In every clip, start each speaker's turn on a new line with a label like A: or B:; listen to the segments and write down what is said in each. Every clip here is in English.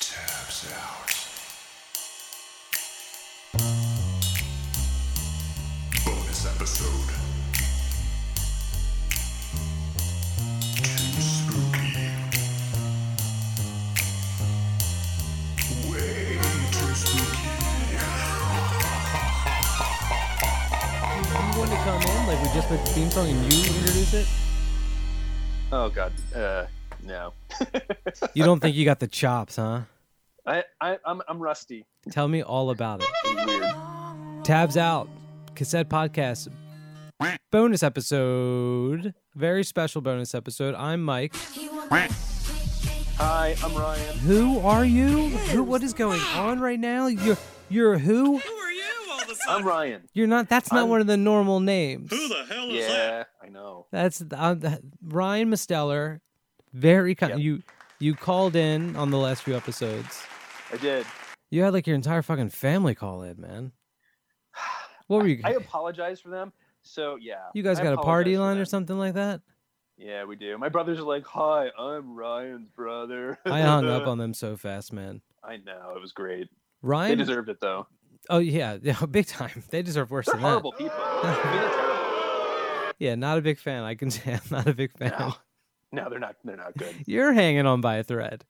A: Peace out. Bonus episode. Too spooky. Way too spooky.
B: You want to come in? Like we just put the theme song and you introduce it?
C: Oh God, uh, no.
B: You don't think you got the chops, huh?
C: I, I I'm I'm rusty.
B: Tell me all about it.
C: Weird.
B: Tabs out, cassette podcast, bonus episode, very special bonus episode. I'm Mike.
C: Hi, I'm Ryan.
B: Who are you? Who? What is going on right now? You're you're who?
C: I'm Ryan.
B: You're not. That's not
C: I'm-
B: one of the normal names.
D: Who the hell is that?
C: Yeah, I know.
B: That's um, th- Ryan Misteller. Very kind.
C: Yep.
B: You you called in on the last few episodes.
C: I did.
B: You had like your entire fucking family call in, man. What were you?
C: I apologize for them. So yeah.
B: You guys
C: I
B: got a party
C: apologize for
B: line or
C: them.
B: something like that?
C: Yeah, we do. My brothers are like, "Hi, I'm Ryan's brother."
B: I hung up on them so fast, man.
C: I know it was great. They
B: Ryan,
C: deserved it though.
B: oh yeah, yeah, big time. They deserve worse
C: They're
B: than that.
C: horrible people. I mean, they're terrible.
B: Yeah, not a big fan. I can say I'm not a big fan.
C: No. No, they're not. They're not good.
B: You're hanging on by a thread,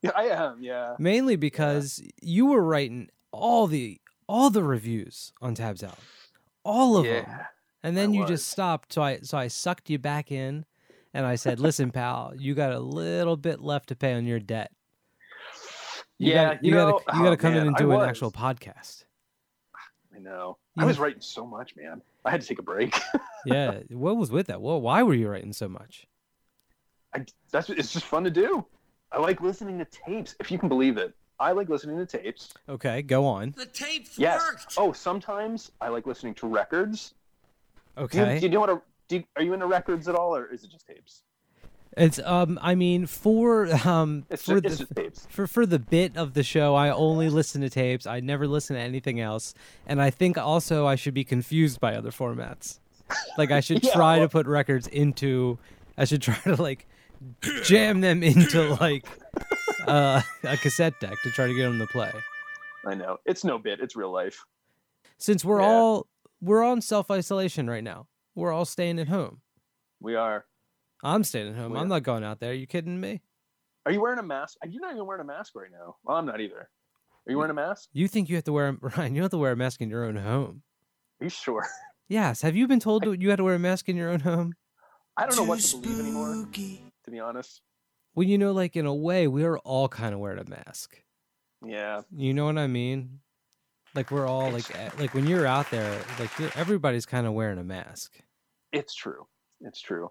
C: Yeah, I am. Yeah.
B: mainly because you were writing all the all the reviews on Tabs Out, all of them,
C: Yeah.
B: and then
C: I
B: you
C: was.
B: just stopped. So I so I sucked you back in, and I said, "Listen, pal, you got a little bit left to pay on your debt. You
C: yeah.
B: gotta, you,
C: know-
B: gotta you gotta
C: oh,
B: come in
C: man,
B: and
C: I
B: do an
C: was.
B: actual podcast."
C: I know.
B: Yeah.
C: I was writing so much, man. I had to take a break.
B: yeah. What was with that? Well, why were you writing so much?
C: I, that's it's just fun to do. I like listening to tapes, if you can believe it. I like listening to tapes.
B: Okay, go on.
D: The tapes
C: Yes.
D: worked.
C: Oh, sometimes I like listening to records. Do you,
B: Okay.
C: do you know what a do you, are you into records at all, or is it just tapes?
B: It's um I mean for um
C: It's
B: for
C: just, it's
B: the
C: just tapes.
B: for, for the bit of the show, I only listen to tapes. I never listen to anything else. And I think also I should be confused by other formats. Like I should
C: Yeah,
B: try to
C: well-
B: put records into I should try to like jam them into like uh, a cassette deck to try to get them to play.
C: I know it's no bit. It's real life.
B: Since we're
C: Yeah.
B: all we're on self-isolation right now. We're all staying at home.
C: We are.
B: I'm staying at home.
C: Well,
B: I'm
C: yeah.
B: not going out there. you kidding me?
C: Are you wearing a mask? You're not even wearing a mask right now. Well, I'm not either. Are you wearing a mask?
B: You think you have to wear a- Ryan? You have to wear a mask in your own home.
C: Are you sure?
B: Yes. Have you been told that you had to wear a mask in your own home?
C: I don't know what to believe anymore. To be honest.
B: Well, you know, like in a way, we are all kind of wearing a mask.
C: Yeah.
B: You know what I mean? Like we're all like eh, like when you're out there, like you're, everybody's kind of wearing a mask.
C: It's true. It's true.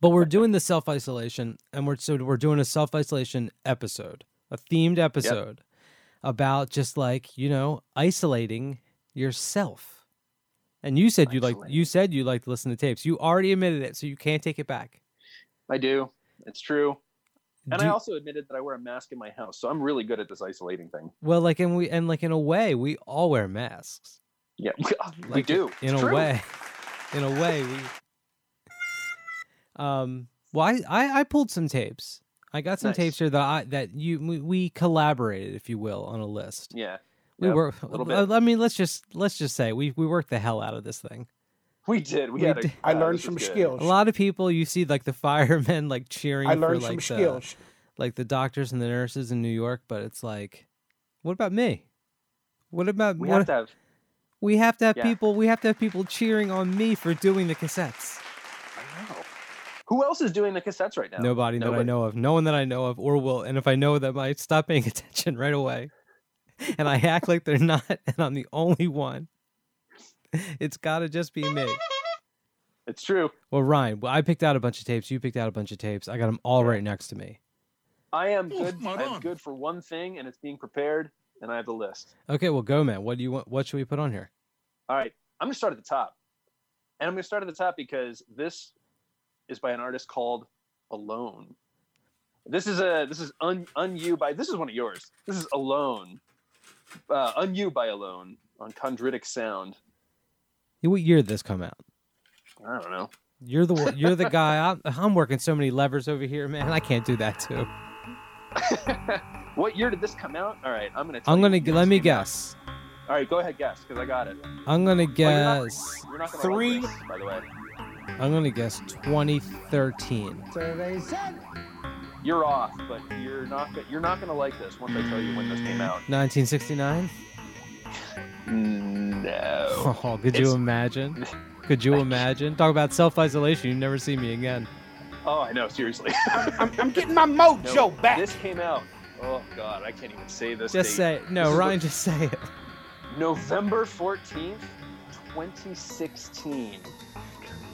B: But we're doing the self isolation, and we're so we're doing a self isolation episode, a themed episode about just like you know isolating yourself. And you said you like you
C: Isolating.
B: said you like to listen to tapes. You already admitted it, so you can't take it back.
C: I do. It's true. And
B: Do-
C: I also admitted that I wear a mask in my house, so I'm really good at this isolating thing.
B: well, like and we and like in a way, we all wear masks.
C: Yeah, we,
B: Like,
C: do.
B: in
C: It's
B: a
C: true.
B: way in a way we um well I, I i pulled some tapes i got some
C: Nice.
B: tapes here that i that you we, we collaborated if you will on a list
C: Yeah,
B: we
C: Yep,
B: were
C: little
B: I-
C: bit.
B: i mean let's just let's just say we we worked the hell out of this thing
C: we did. We,
B: We
C: had. A,
B: did.
E: I
C: uh,
E: learned
C: this
E: some
C: was good.
E: skills.
B: a lot of people you see like the firemen like cheering
E: I
B: for
E: learned
B: like
E: some
B: the,
E: skills.
B: like the doctors and the nurses in new york but it's like what about me what about
C: We
B: what,
C: have to have.
B: we have to have
C: yeah.
B: people we have to have people cheering on me for doing the cassettes
C: I know. Who else is doing the cassettes right now?
B: Nobody that I
C: Nobody.
B: know of. No one that I know of or will. And if I know them, I stop paying attention right away. And I act like they're not, and I'm the only one. It's got to just be me.
C: It's true.
B: Well, Ryan, well, I picked out a bunch of tapes. You picked out a bunch of tapes. I got them all right next to me.
C: I am
D: Oh,
C: good.
D: my
C: I'm
D: God.
C: good for one thing, and it's being prepared. And I have the list.
B: Okay, well, go, man. What do you want? What should we put on here?
C: All right, I'm gonna start at the top, and I'm gonna start at the top because this is by an artist called Alone. This is a this is un unU by this is one of yours. This is Alone, uh, unU by Alone on Chondritic Sound.
B: What year did this come out?
C: I don't know.
B: You're the one- you're the guy. I'm, I'm working so many levers over here, man. I can't do that too.
C: What year did this come out? All right, I'm gonna. tell
B: I'm
C: you
B: gonna
C: when
B: g-
C: this
B: let me
C: came out.
B: guess.
C: All right, go ahead, guess, because I got it.
B: I'm gonna
C: Well, you're not-
B: guess.
C: You're not gonna
D: Three.
C: Like this, by the way,
B: I'm gonna guess 2013.
D: Survey said.
C: you're off, but you're not. go- You're not gonna like this once I tell you when this came out.
B: 1969.
C: No.
B: Oh, could
C: It's-
B: you imagine? Could you imagine? Talk about self isolation. You never see me again.
C: Oh, I know. Seriously.
D: I'm, I'm getting my mojo
C: No,
D: back.
C: This came out. Oh God, I can't even say this.
B: Just
C: date.
B: say it. no,
C: This is
B: Ryan. Just say it.
C: November fourteenth, twenty sixteen.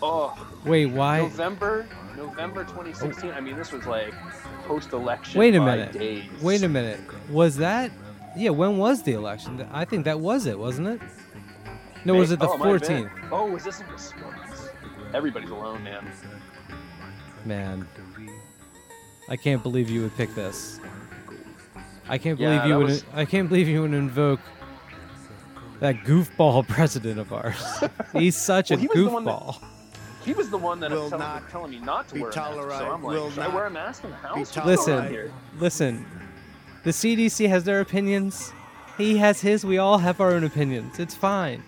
C: Oh,
B: Wait, why?
C: November, November twenty sixteen. I mean, this was like post election.
B: Wait a minute.
C: Days.
B: Wait a minute. Was that? Yeah. When was the election? Th- I think that was it, wasn't it? No, was it the
C: Oh, might have been.
B: 14th?
C: Oh, was this in Wisconsin? Everybody's alone, man.
B: Man, I can't believe you would pick this. I can't believe
C: Yeah,
B: you
C: that
B: would.
C: was-
B: I can't believe you would invoke that goofball president of ours. He's such
C: Well,
B: a
C: he was the one that-
B: goofball.
C: He was the one that
D: Will
C: was telling,
D: not
C: telling me not to
D: be
C: wear a mask. So
D: tolerated.
C: I'm like,
D: Will
C: should I
D: not
C: wear a mask in the house? What's going
D: tolerated.
C: on
B: Listen,
C: here?
B: listen. The CDC has their opinions. He has his. We all have our own opinions. It's fine.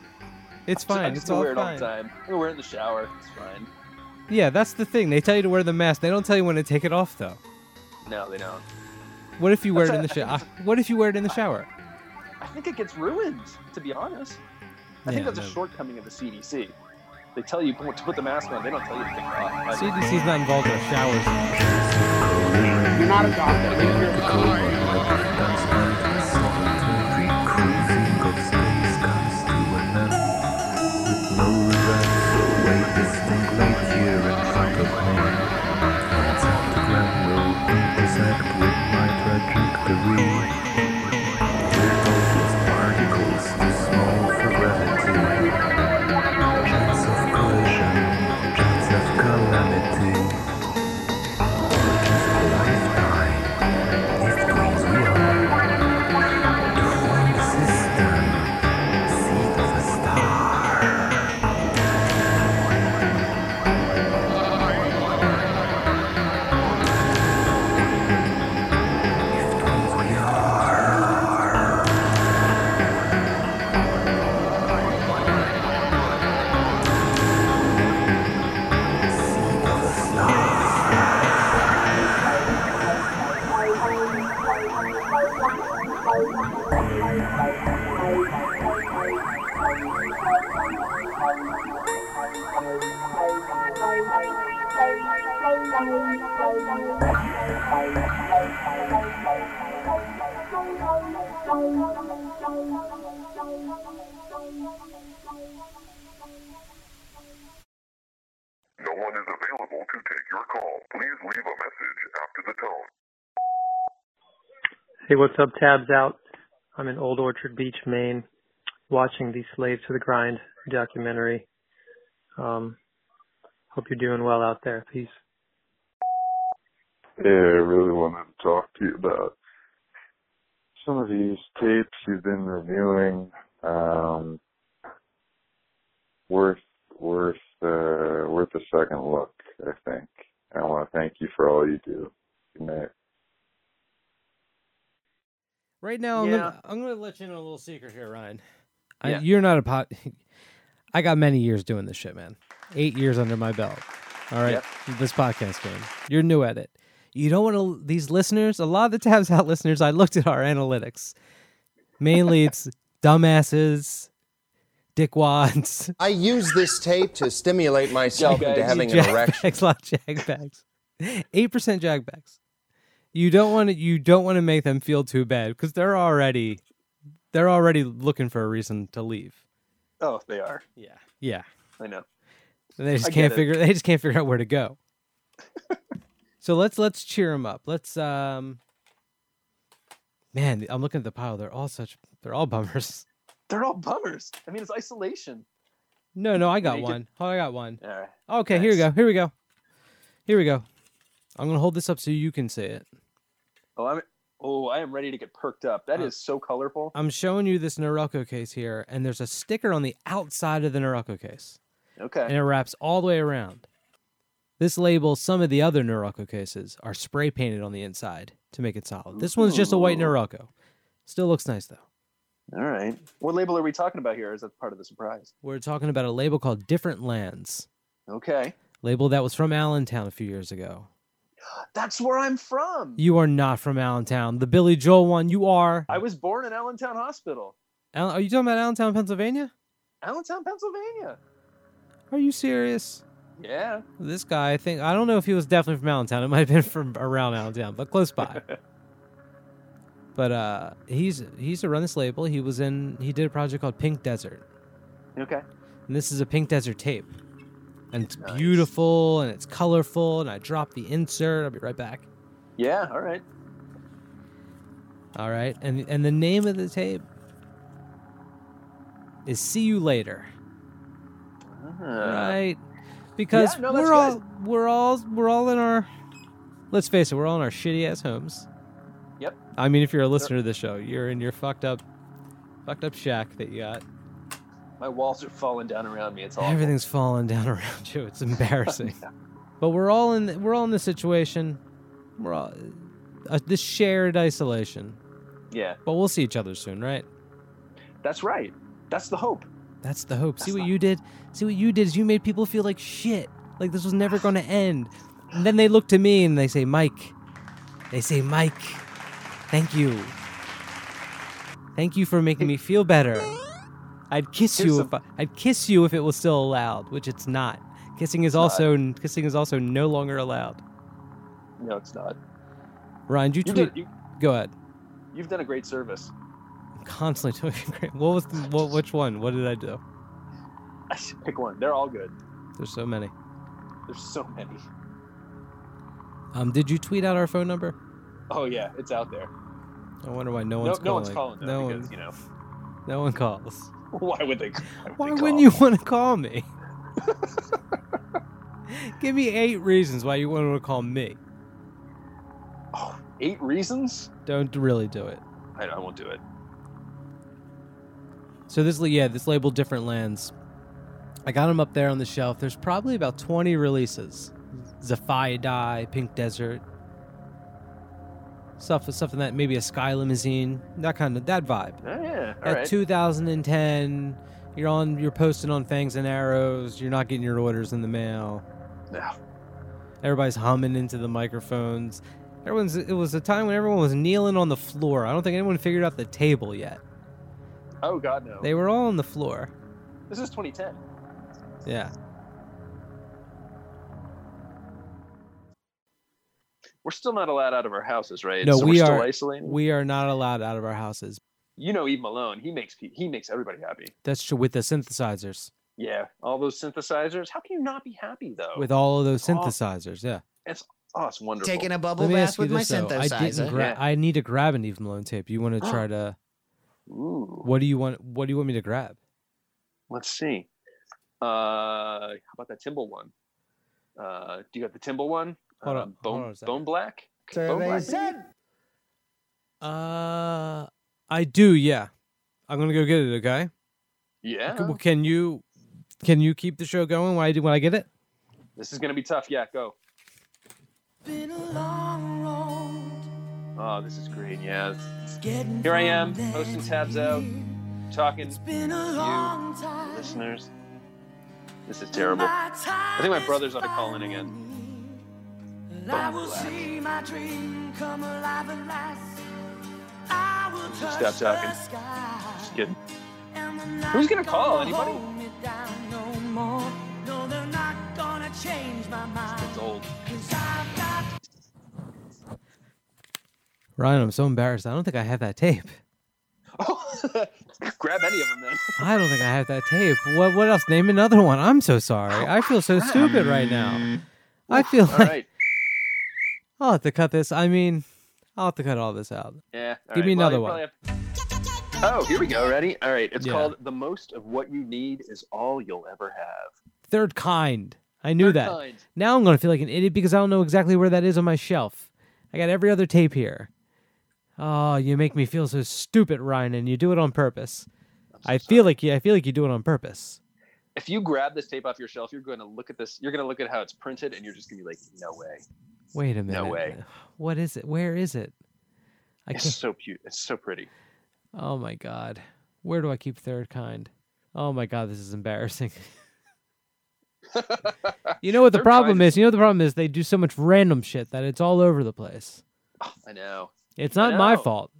B: It's
C: So I'm
B: fine.
C: just
B: It's
C: gonna
B: all
C: wear it all the
B: fine.
C: time. I'm gonna wear it in the shower. It's fine.
B: yeah, that's the thing. They tell you to wear the mask. They don't tell you when to take it off, though.
C: No, they don't.
B: What if you wear it
C: That's
B: in the
C: a- I
B: shower? What if you wear it in the shower?
C: I think it gets ruined, to be honest. I think
B: Yeah,
C: that's
B: no.
C: a shortcoming of the CDC. They tell you to put the mask on, they don't tell you to take it off. I-
B: CDC's not involved in our showers.
D: You're not a doctor. You're a
E: Calamity.
A: No one is available to take your call. Please leave a message after the tone.
F: Hey, what's up? Tabs out. I'm in Old Orchard Beach, Maine, watching the Slaves to the Grind documentary. Um, hope you're doing well out there. Peace.
G: Hey, I really wanted to talk to you about some of these tapes you've been reviewing. Um, worth worth uh, worth a second look, I think. I want to thank you for all you do. Good night.
B: Right now, I'm,
C: Yeah.
B: gonna, I'm gonna let you know a little secret here, Ryan. I,
C: Yeah.
B: You're not a pot. I got many years doing this shit, man. Eight years under my belt. All right, this podcast game. You're new at it. You don't want to. These listeners, a lot of the tabs out listeners. I looked at our analytics. Mainly, it's dumbasses, dickwads,
H: I use this tape to stimulate myself
C: Yeah,
H: into
C: guys.
H: having an erection.
B: jackbags, a lot of jackbags. Eight percent jackbags. You don't want to. You don't want to make them feel too bad because they're already, they're already looking for a reason to leave.
C: Oh, they are.
B: Yeah. Yeah.
C: I know.
B: And they just
C: I get
B: can't
C: it.
B: figure. They just can't figure out where to go. so let's let's cheer them up. Let's um. Man, I'm looking at the pile. They're all such. They're all bummers.
C: They're all bummers. I mean, it's isolation.
B: No, no, I got
C: Make it-
B: one. Oh, I got one.
C: All right.
B: Okay, here we
C: Nice.
B: go. Here we go. Here we go. I'm gonna hold this up so you can see it.
C: Oh, I'm. Oh, I am ready to get perked up. That is so colorful.
B: I'm showing you this Norelco case here, and there's a sticker on the outside of the Norelco case, and
C: Okay.
B: it wraps all the way around. This label, some of the other Norelco cases, are spray painted on the inside. to make it solid. This one's just a white
C: Ooh.
B: Norelco. Still looks nice though.
C: All right. What label are we talking about here? Is that part of the surprise?
B: We're talking about a label called Different Lands,
C: Okay.
B: label that was from Allentown a few years ago.
C: That's where I'm from.
B: You are not from Allentown. The Billy Joel one, you are.
C: I was born in Allentown Hospital,
B: Al- are you talking about Allentown, Pennsylvania?
C: Allentown, Pennsylvania.
B: Are you serious?
C: Yeah.
B: This guy, I think, I don't know if he was definitely from Allentown. It might have been from around Allentown, but close by. but uh, he's he used to run this label. He was in, he did a project called Pink Desert.
C: Okay.
B: And this is a Pink Desert tape. And it's
C: Nice.
B: beautiful and it's colorful. And I dropped the insert. I'll be right back.
C: Yeah. All right.
B: All right. And and the name of the tape is See You Later.
C: Uh,
B: right. Because
C: yeah, no, that's
B: we're all we're all we're all in our let's face it, we're all in our shitty ass homes.
C: Yep.
B: I mean if you're a listener to this show, you're in your fucked up fucked up shack that you got.
C: My walls are falling down around me. It's all
B: Everything's falling down around you. It's embarrassing. but we're all in we're all in this situation. We're all uh, this shared isolation.
C: Yeah.
B: But we'll see each other soon, right?
C: That's right. That's the hope.
B: That's the hope. See
C: That's
B: what
C: not-
B: you did? See what you did is you made people feel like shit. Like this was never going to end. And then they look to me and they say, Mike. They say, Mike, thank you. Thank you for making me feel better. I'd kiss
C: Here's
B: you if I, I'd kiss you if it was still allowed, which it's not. Kissing is
C: not.
B: also kissing is also no longer allowed.
C: No, it's not.
B: Ryan, do you
C: You
B: tweet?
C: did, you,
B: Go ahead.
C: you've done a great service.
B: I'm constantly doing great. What was the, what, which one? What did I do?
C: Pick one. They're all good.
B: There's so many.
C: There's so many.
B: Um, did you tweet out our phone number?
C: Oh yeah, it's out there.
B: I wonder why no
C: No,
B: one's
C: no
B: calling.
C: one's calling though,
B: no
C: because
B: one,
C: you know
B: no one calls.
C: why would they?
B: Why wouldn't
C: they call?
B: you want to call me? Give me eight reasons why you want to call me.
C: Oh, eight reasons?
B: Don't really do it.
C: I, I won't do it.
B: So this, yeah, this label different lands. I got them up there on the shelf. There's probably about 20 releases. Zaphiadi, Pink Desert, stuff, stuff in that maybe a Sky Limousine, that kind of that vibe.
C: Oh, yeah. All
B: at
C: right.
B: 2010 you're on you're posting on fangs and arrows you're not getting your orders in the mail
C: Yeah.
B: everybody's humming into the microphones everyone's it was a time when everyone was kneeling on the floor i don't think anyone figured out the table yet
C: Oh God, no.
B: they were all on the floor
C: This is 2010.
B: yeah
C: We're still not allowed out of our houses, right?
B: No,
C: so
B: we
C: we're
B: are-
C: still isolating.
B: we are not allowed out of our houses
C: You know, Eve Malone. He makes pe- he makes everybody happy.
B: that's true with the synthesizers
C: Yeah, all those synthesizers. How can you not be happy though?
B: with all of those
C: Oh.
B: synthesizers yeah
C: oh, it's wonderful.
I: Taking a bubble
B: let me
I: bath
B: ask you
I: with my
B: this though i didn't
I: synthesizer.
B: gra-
C: Yeah.
B: i need to grab an eve malone tape you want to try to
C: Ooh,
B: what do you want what do you want me to grab
C: let's see. Uh, how about that Timble one? Uh, do you got the Timble one?
B: Hold
C: uh,
B: on, hold
C: Bone
B: on a second.
C: Bone Black. Bone
I: Survey
C: Black.
I: said.
B: Uh, I do. Yeah, I'm gonna go get it. Okay.
C: Yeah.
B: C- well, Can you can you keep the show going when I do when I get it?
C: This is gonna be tough. Yeah, go. Oh, this is great. Yeah. Here I am, posting tabs out, talking to you, listeners. This is terrible. I think my brother's ought to call in again.
J: I will see my dream come alive at last. I will touch
C: Stop talking.
J: the sky.
C: Just kidding.
J: And the
C: Who's
J: night
C: gonna call?
J: don't
C: Anybody?
J: hold me down no more. No, they're not gonna change my mind.
C: It's old.
J: 'Cause I've got
B: Ryan, I'm so embarrassed. I don't think I have that tape.
C: Oh, grab any of them then.
B: I don't think I have that tape. What what else? Name another one. I'm so sorry. I feel so stupid right now. I feel
C: All
B: like
C: right.
B: I'll have to cut this. I mean, I'll have to cut all this out.
C: Yeah. all
B: Give me
C: right. Well,
B: another
C: you
B: one.
C: probably have- Oh, here we go. Ready? All right. It's
B: Yeah.
C: called "The Most of What You Need Is All You'll Ever Have."
B: Third kind. I knew
C: Third
B: that.
C: kind.
B: Now I'm gonna feel like an idiot because I don't know exactly where that is on my shelf. I got every other tape here. Oh, you make me feel so stupid, Ryan, and you do it on purpose. I feel like you I feel like you do it on purpose.
C: if you grab this tape off your shelf, you're going to look at this. You're going to look at how it's printed, and you're just going to be like, "No way!
B: Wait a minute.
C: way.
B: What is it? Where is it? I
C: It's
B: can't.
C: so cute. It's so pretty."
B: Oh my god. Where do I keep third kind? Oh my god, this is embarrassing. you know what the
C: Third Kind
B: problem
C: is-
B: is? You know what the problem is? They do so much random shit that it's all over the place.
C: I know.
B: It's
C: I
B: not my
C: know.
B: fault.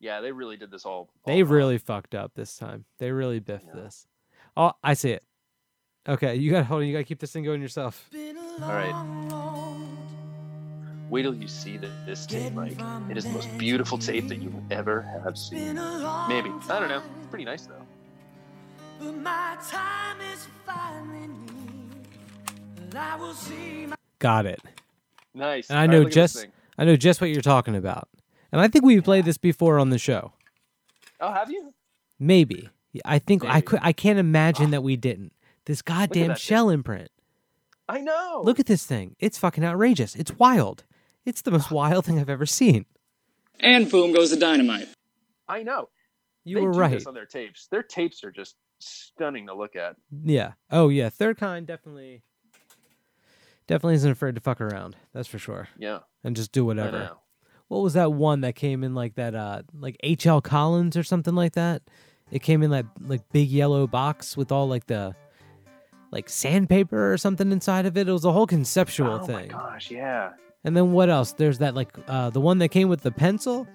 C: Yeah, they really did this all. all
B: They
C: wrong.
B: really fucked up this time. They really biffed
C: Yeah.
B: this. Oh, I see it. Okay, you got to hold on. You got to keep this thing going yourself.
J: Been a
C: All right.
J: long road.
C: Wait till you see the, this tape, Mike. It is the most beautiful tape that you ever have
J: Been
C: seen.
J: a long
C: Maybe I don't know.
J: time,
C: It's pretty nice though.
J: But my time is finally near. And I will see my
B: Got it.
C: Nice.
B: And I
C: All right,
B: know
C: look at this
B: just
C: thing.
B: I know just what you're talking about. And I think we played this before on the show.
C: Oh, have you?
B: Maybe. Yeah, I think I
C: Maybe. Ah.
B: could I can't imagine that we didn't. This goddamn
C: that thing.
B: shell imprint.
C: I know.
B: Look at this thing. It's fucking outrageous. It's wild. It's the most wild thing I've ever seen.
I: And boom goes the dynamite.
C: I know.
B: You
C: They
B: were
C: do
B: right.
C: This on their tapes. Their tapes are just stunning to look at.
B: Yeah. Oh yeah. Third kind definitely definitely isn't afraid to fuck around. That's for sure.
C: Yeah.
B: And just do
C: I
B: whatever.
C: know.
B: What was that one that came in like that uh like HL Collins or something like that? It came in that like big yellow box with all like the like sandpaper or something inside of it. It was a whole conceptual
C: oh
B: thing.
C: my gosh, yeah.
B: And then what else? There's that like uh the one that came with the pencil.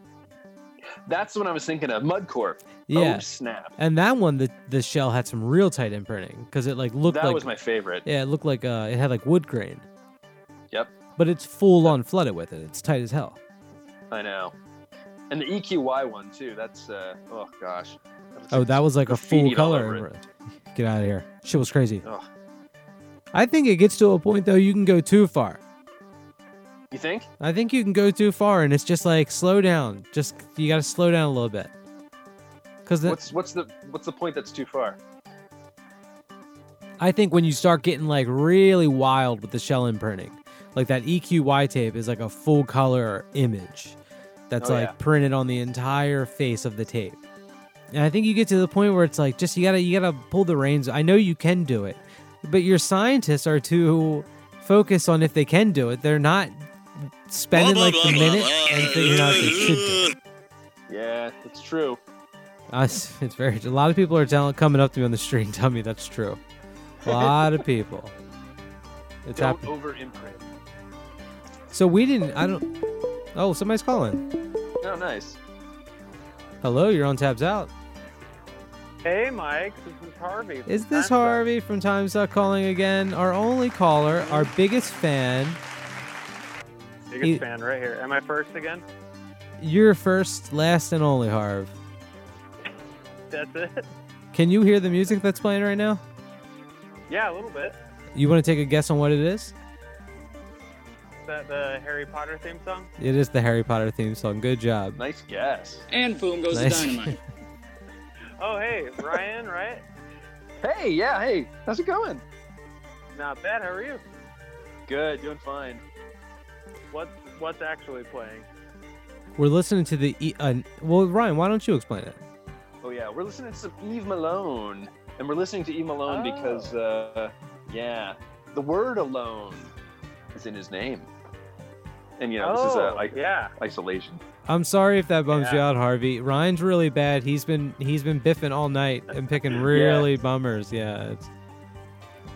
C: That's what I was thinking of. Mudcorp.
B: Yeah.
C: Oh snap.
B: And that one the the shell had some real tight imprinting because it like looked
C: That
B: like
C: was my favorite.
B: yeah, it looked like uh it had like wood grain.
C: Yep.
B: But it's full on flooded with it. It's tight as hell.
C: I know. And the EQY one too. That's uh oh gosh.
B: Oh, that was like a full
C: graffitied all
B: color.
C: over
B: impr- Get out of here. Shit was crazy.
C: Ugh.
B: I think it gets to a point though you can go too far.
C: You think?
B: I think you can go too far and it's just like slow down. Just you got to slow down a little bit. Cuz
C: What's what's the what's the point that's too far?
B: I think when you start getting like really wild with the shell imprinting, like that EQY tape is like a full color image that's
C: Oh,
B: like
C: yeah.
B: printed on the entire face of the tape. And I think you get to the point where it's like just you gotta you gotta pull the reins. I know you can do it, but your scientists are too focused on if they can do it. They're not spending like the minute and figuring out if they should do it.
C: Yeah, it's true.
B: I s it's very. A lot of people are telling coming up to me on the street and telling me that's true. A lot of people. It's
C: Don't
B: happening.
C: over imprint.
I: oh.
B: So we didn't. I don't. Oh, somebody's calling.
C: Oh nice.
B: Hello, you're on Tabs Out.
F: Hey, Mike, this is Harvey.
B: Is this Harvey from Times Up calling again? Our only caller, our biggest fan.
F: Biggest
B: He-
F: fan right here. Am I first again?
B: Your first, last, and only Harv.
F: That's it.
B: Can you hear the music that's playing right now?
F: Yeah, a little bit.
B: You want to take a guess on what it is?
F: Is that the Harry Potter theme song?
B: It is the Harry Potter theme song. Good job.
C: Nice guess.
I: And boom goes
B: Nice.
I: the dynamite.
F: Oh, hey, Ryan, right?
C: Hey, yeah, hey, how's it going?
F: Not bad. How are you?
C: Good, doing fine.
F: What's what's actually playing?
B: We're listening to the. E- uh, well, Ryan, why don't you explain it?
C: Oh yeah, we're listening to some Eve Malone, and we're listening to Eve Malone
F: Oh.
C: because, uh, yeah, the word alone is in his name, and you know this is uh,
F: Oh,
C: like
F: yeah.
C: isolation.
B: I'm sorry if that bums you
F: Yeah.
B: out, Harvey. Ryan's really bad. He's been he's been biffing all night and picking really bummers. Yeah, it's,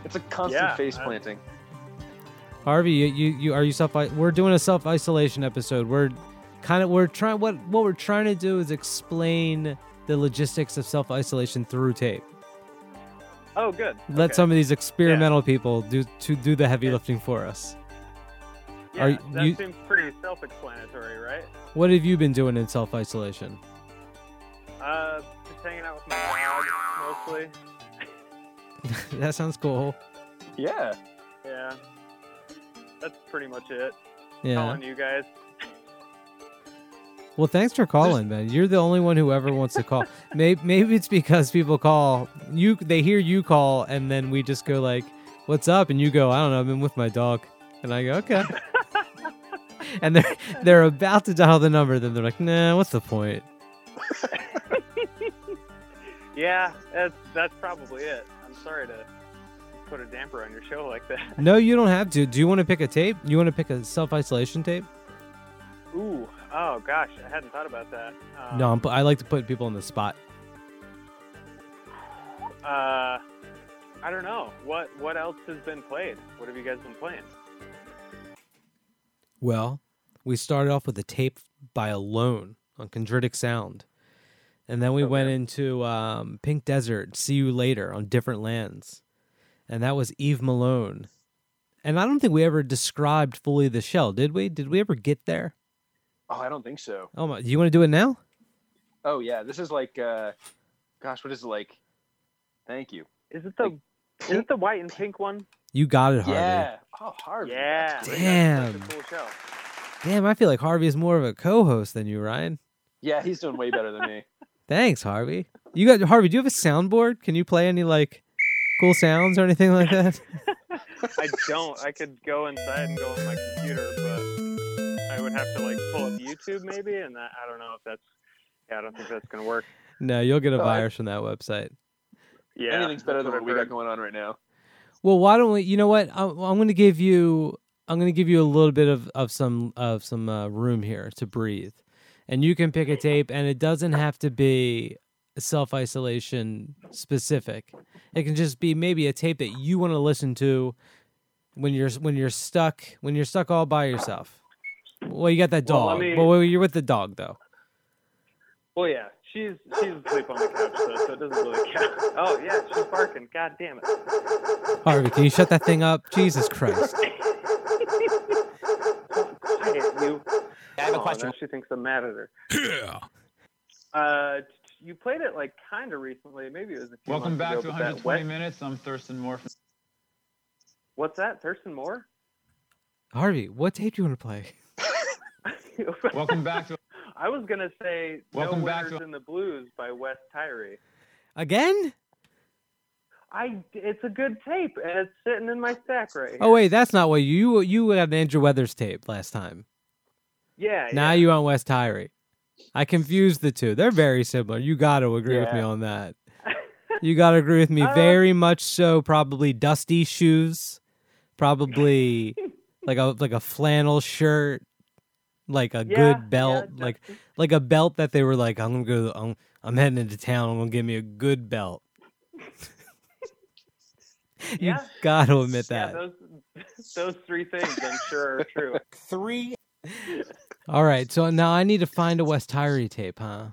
C: It's a constant
F: Yeah,
C: face
F: I-
C: planting.
B: Harvey, you, you, you are you self? We're doing a self isolation episode. We're kind of we're trying what what we're trying to do is explain the logistics of self isolation through tape.
F: Oh, good.
B: Let
F: Okay.
B: some of these experimental people do to do the heavy
F: Yeah.
B: lifting for us.
F: Yeah,
B: um, are
F: that
B: you-
F: seems pretty self-explanatory, right?
B: What have you been doing in self isolation?
F: Uh, just hanging out with my dog mostly.
B: that sounds cool.
F: Oh,
C: Yeah,
F: Yeah, that's pretty much it.
B: Yeah.
F: Telling you guys.
B: Well, thanks for calling, man. You're the only one who ever wants to call. maybe, maybe it's because people call you. They hear you call, and then we just go like, "What's up?" And you go, "I don't know. I've been with my dog." And I go, "Okay." and they're they're about to dial the number. Then they're like, "Nah, what's the point?"
F: Yeah, that's that's probably it. I'm
K: I'm sorry to put a damper on your show like that.
B: No, you don't have to. Do you want to pick a tape? You want to pick a self isolation tape?
K: Ooh, oh gosh, I hadn't thought about that. Um,
B: No, I'm, pu- I like to put people on the spot.
K: Uh, I don't know. What what else has been played? What have you guys been playing?
B: Well, we started off with a tape by Alone on Chondritic Sound. And then we
K: Oh,
B: went into um, Pink Desert, See You Later on Different Lands. And that was Eve Malone. And I don't think we ever described fully the shell, did we? Did we ever get there?
C: Oh, I don't think so.
B: Oh my, do you want to do it now?
C: Oh yeah, this is like, uh, gosh, what is it like? Thank you.
K: Is it the is it the white and pink one?
B: You got it, Harvey.
K: Yeah. Oh, Harvey. Yeah.
B: Damn.
K: That's a cool show.
B: Damn, I feel like Harvey is more of a co-host than you, Ryan.
C: Yeah, he's doing way better than me.
B: Thanks, Harvey. You got Harvey, do you have a soundboard? Can you play any like cool sounds or anything like that?
K: I don't. I could go inside and go on my computer, but I would have to like pull up YouTube maybe, and that, I don't know if that's. Yeah, I don't think that's gonna work.
B: no, you'll get a
K: Oh, I-
B: virus from that website.
K: Yeah.
C: Anything's better
K: that's
C: than what we got going on right now.
B: Well, why don't we? You know what? I'm, I'm going to give you. I'm going to give you a little bit of of some of some uh, room here to breathe, and you can pick a tape, and it doesn't have to be self isolation specific. It can just be maybe a tape that you want to listen to when you're when you're stuck when you're stuck all by yourself. Well, you got that
K: Well, let
B: dog.
K: me-
B: Well, well, you're with the dog though.
K: Well, yeah, she's she's asleep on the couch, so, so it doesn't really count. Oh yeah, she's barking. God damn it.
B: Harvey, can you shut that thing up? Jesus Christ!
K: I hate you. I have a question. She thinks I'm mad at her. Uh, t- you played it like kind of recently. Maybe it was a few
L: Welcome
K: months
L: back
K: ago,
L: to
K: but that
L: 120
K: wet-
L: minutes. I'm Thurston Morphin.
K: What's that? Thurston Moore?
B: Harvey, what tape do you want to play?
L: Welcome back to.
K: I was gonna say
L: Welcome
K: No
L: back
K: Winners in the Blues by Wes Tyree.
B: Again?
K: I it's a good tape and it's sitting in my stack right here.
B: Oh wait, that's not what you you had an Andrew Weathers tape last time.
K: Yeah.
B: Now you on West Tyree. I confused the two. They're very similar. You got to agree with me
K: Yeah.
B: on that. You got to agree with me very much so. Probably dusty shoes, probably like a like a flannel shirt, like a
K: Yeah, yeah,
B: good belt, like like a belt that they were like, I'm gonna go. to the- I'm, I'm heading into town. I'm gonna give me a good belt. you
K: Yeah.
B: got to admit
K: Yeah,
B: that.
K: those those three things I'm sure are true. three.
B: All right, so now I need to find a West Tyree tape, huh?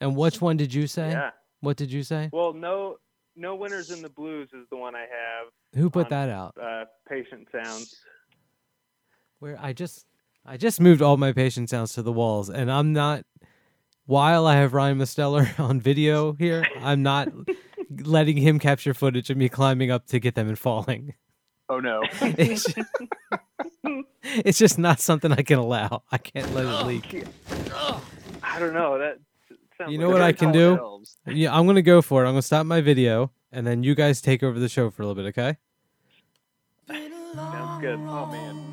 B: And which one did you say?
K: Yeah.
B: What did you say?
K: Well, no no winners in the blues is the one I have.
B: Who put
K: on,
B: that out?
K: Uh, patient sounds.
B: Where I just I just moved all my patient sounds to the walls, and I'm not. While I have Ryan Musteller on video here, I'm not letting him capture footage of me climbing up to get them and falling.
C: Oh no.
B: It's just, it's just not something I can allow. I can't let
K: Oh,
B: it leak.
K: I don't know. That sounds.
B: You
K: like
B: know
K: a
B: what I
K: very
B: can
K: tall
B: do?
K: shelves.
B: Yeah, I'm gonna go for it. I'm gonna stop my video, and then you guys take over the show for a little bit, okay?
K: Sounds good. Oh man.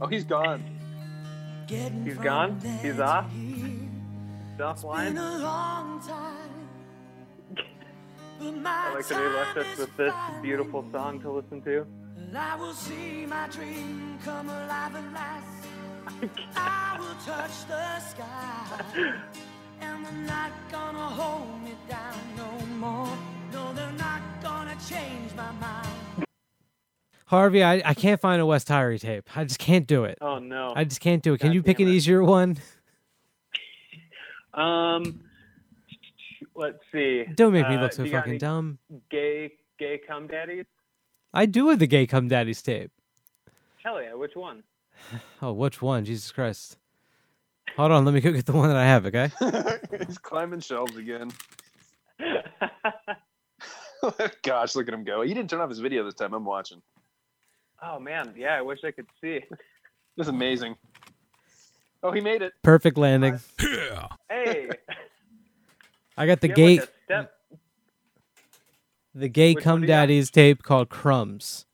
C: Oh, he's gone.
K: He's gone. He's off. He's offline.
J: Long time. But
K: I
J: my
K: like that he left us with this beautiful song to listen to.
J: And I will see my dream come alive at last. I will touch the sky. And they're not gonna hold me down no more. No, they're not gonna change my mind.
B: Harvey, I, I can't find a West Tyree tape. I just can't do it.
K: Oh no.
B: I just can't do it. Can you pick an easier one?
K: Um, let's see.
B: Don't make me
K: Uh,
B: look so
K: do you got
B: fucking
K: any
B: dumb.
K: Gay, gay cum daddies.
B: I do have the Gay Come Daddies tape.
K: Hell yeah, which one?
B: Oh, which one? Jesus Christ. Hold on, let me go get the one that I have, okay?
C: he's climbing shelves again. Gosh, look at him go. He didn't turn off his video this time. I'm watching.
K: Oh man, yeah, I wish I could see.
C: This is amazing. Oh, he made it.
B: Perfect landing.
K: Hey,
B: I got the
K: you have,
B: gay
K: Like a step.
B: the Gay
K: Which one
B: Come
K: do you have?
B: Daddies tape called Crumbs.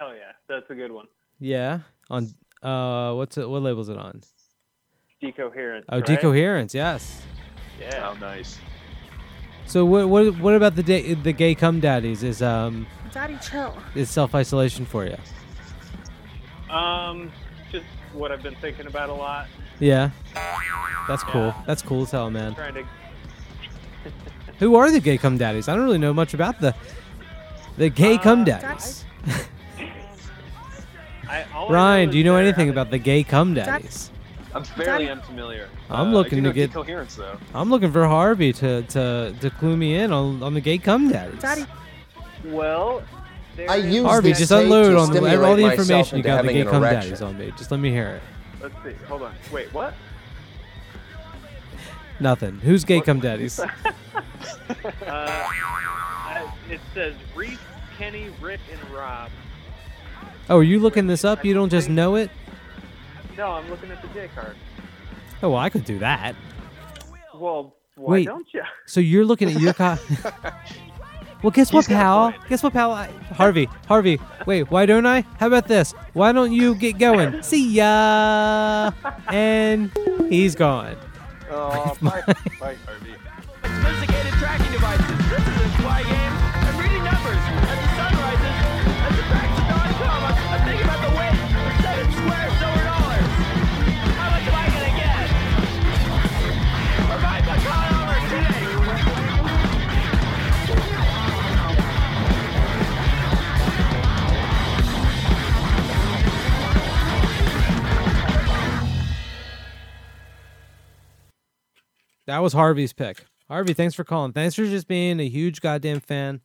K: Hell yeah, that's a good one.
B: Yeah. On uh what's it what label's it on?
K: Decoherence.
B: Oh
K: right?
B: decoherence, yes.
K: Yeah.
C: Oh, nice.
B: So what what what about the day, the gay cum daddies is um
M: Daddy, chill.
B: is self isolation for you?
K: Um, just what I've been thinking about a lot.
B: Yeah, that's cool. That's cool as hell, man.
K: Trying to.
B: Who are the gay cum daddies? I don't really know much about the the gay cum daddies.
K: I all I
B: Ryan,
K: know
B: do you
K: is
B: know
K: they're-
B: anything about the gay cum daddies?
K: I'm fairly unfamiliar.
B: I'm
K: Uh, I
B: looking
K: do
B: to
K: know
B: get
K: coherence though.
B: I'm looking for Harvey to to to clue me in on, on the gay cum daddies.
K: Well, there
H: I
K: is-
H: use
B: Harvey,
H: this
B: just
H: tape
B: unload
H: to
B: on the,
H: stimulate
B: all the
H: myself
B: information you
H: into
B: got the
H: having
B: gay
H: an
B: cum
H: erection.
B: daddies on me. Just let me hear it.
K: Let's see. Hold on. Wait, what?
B: Nothing. Who's gay cum daddies?
K: uh, I- it says Reese, Kenny, Rick, and Rob.
B: Oh, are you looking this up? You don't just know it?
K: No, I'm looking at the J card.
B: Oh, well, I could do that.
K: Well, why
B: Wait,
K: don't you?
B: So you're looking at your co- Well, guess what, pal? Guess what, pal? I- Harvey, Harvey. Wait, why don't I? How about this? Why don't you get going? See ya. And he's gone.
K: Oh,
B: bye,
K: bye, Harvey.
J: Sophisticated tracking devices. This is a spy game. I'm reading numbers as the sun rises. As the cracks of dawn come, I'm, I'm thinking about the weight of seven squares over dollars. How much am I gonna get? Or my pecan omelet today?
B: That was Harvey's pick. Harvey, thanks for calling. Thanks for just being a huge goddamn fan.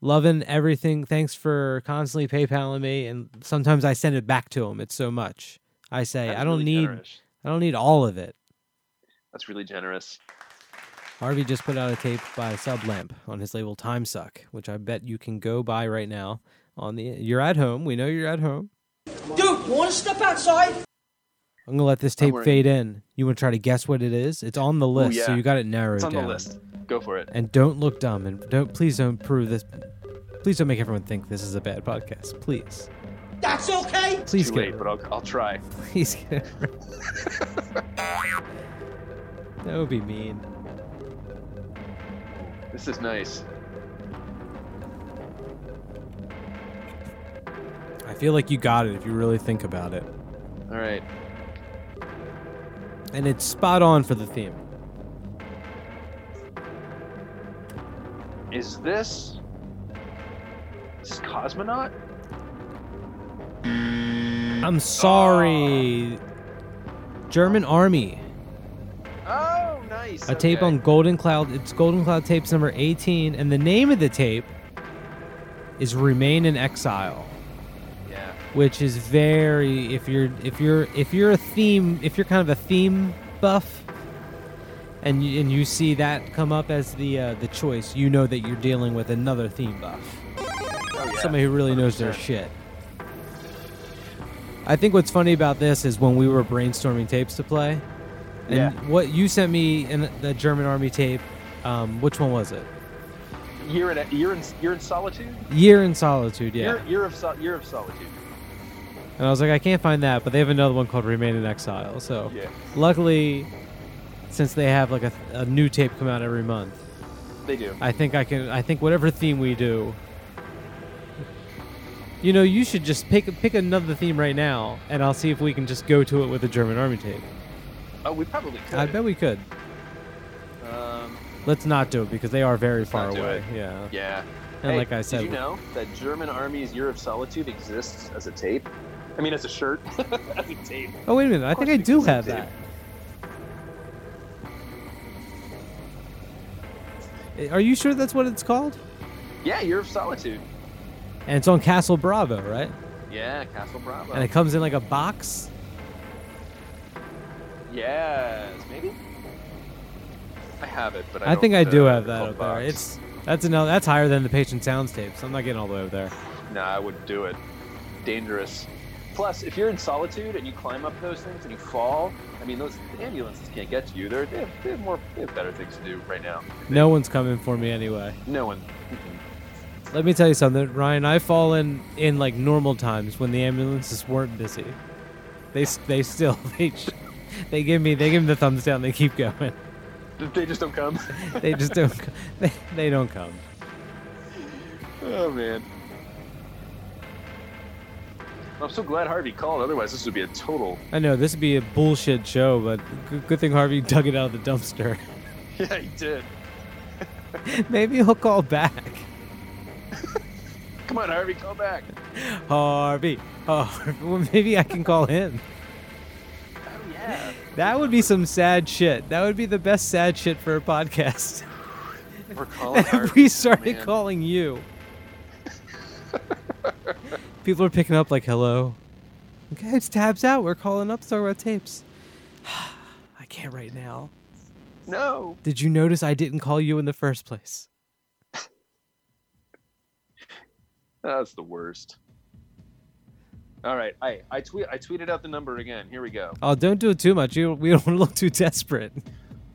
B: Loving everything. Thanks for constantly PayPaling me and sometimes I send it back to him. It's so much. I say,
C: That's
B: I don't
C: really
B: need
C: generous.
B: I don't need all of it.
C: That's really generous.
B: Harvey just put out a tape by Sublamp on his label Time Suck, which I bet you can go buy right now on the You're at home. We know you're at home.
J: Dude, you wanna step outside?
B: I'm gonna let this
C: I'm
B: tape
C: worried.
B: fade in. You wanna try to guess what it is? It's on the list, so
C: yeah.
B: you got it narrowed
C: It's on the
B: down.
C: list. Go for it.
B: And don't look dumb and don't please don't prove this please don't make everyone think this is a bad podcast. Please.
J: That's okay.
B: Please
C: Too
B: get
C: late, but I'll, I'll try.
B: Please get it right. That would be mean.
C: This is nice.
B: I feel like you got it if you really think about it.
C: All right.
B: And it's spot on for the theme.
C: Is this is this cosmonaut?
B: I'm sorry. German Army.
C: Oh, nice.
B: A tape on Golden Cloud. It's Golden Cloud tapes number 18. And the name of the tape is Remain in Exile.
C: Yeah.
B: Which is very if you're if you're if you're a theme if you're kind of a theme buff and you, and you see that come up as the uh, the choice, you know that you're dealing with another theme buff.
C: Oh,
B: Somebody who really knows their shit. I think what's funny about this is when we were brainstorming tapes to play, and
C: Yeah.
B: what you sent me in the German Army tape, um, which one was it?
C: Year in year in year in solitude.
B: Year in Solitude, yeah.
C: Year, year of sol- year of solitude.
B: And I was like, I can't find that, but they have another one called Remain in Exile. So
C: Yeah.
B: luckily, since they have like a, a new tape come out every month,
C: They do.
B: I think I can. I think whatever theme we do, you know, you should just pick pick another theme right now, and I'll see if we can just go to it with a German Army tape.
C: Oh, we probably could.
B: I bet we could.
C: Um,
B: Let's not do it because they are very far
C: do
B: away.
C: it.
B: Yeah.
C: yeah.
B: And
C: Hey,
B: like I said,
C: did you know that German Army's Year of Solitude exists as a tape? I mean, as a shirt, as a tape.
B: oh wait a minute, I think I do have that. Are you sure that's what it's called?
C: Yeah, Year of Solitude.
B: And it's on Castle Bravo, right?
C: Yeah, Castle Bravo.
B: And it comes in like a box.
C: Yes, maybe. I have it, but I,
B: I,
C: don't,
B: think I
C: uh,
B: do have that
C: recall
B: up
C: the
B: there.
C: box.
B: It's that's another that's higher than the patient sounds tapes. I'm not getting all the way up there.
C: Nah, I wouldn't do it. Dangerous. Plus, if you're in solitude and you climb up those things and you fall, I mean, those ambulances can't get to you. They're, they, have, they have more, they have better things to do right now.
B: No one's coming for me anyway.
C: No one.
B: Let me tell you something, Ryan. I've fallen in like normal times when the ambulances weren't busy. They s- they still they sh- they give me they give me the thumbs down. They keep going.
C: They just don't come.
B: They just don't. c- They, they don't come.
C: Oh man. I'm so glad Harvey called. Otherwise, this would be a total.
B: I know this would be a bullshit show, but g- good thing Harvey dug it out of the dumpster.
C: Yeah, he did.
B: Maybe he'll call back.
C: Come on, Harvey, call back.
B: Harvey, Harvey. Well, maybe I can call him.
C: Yeah.
B: That would be some sad shit. That would be the best sad shit for a podcast.
C: We're calling
B: If
C: Harvey.
B: we started
C: man.
B: calling you. People are picking up like, hello. Okay, it's tabs out. We're calling up to talk about tapes. I can't right now.
C: No.
B: Did you notice I didn't call you in the first place?
C: That's the worst. All right, I I tweet I tweeted out the number again. Here we go.
B: Oh, don't do it too much. You, we don't want to look too desperate.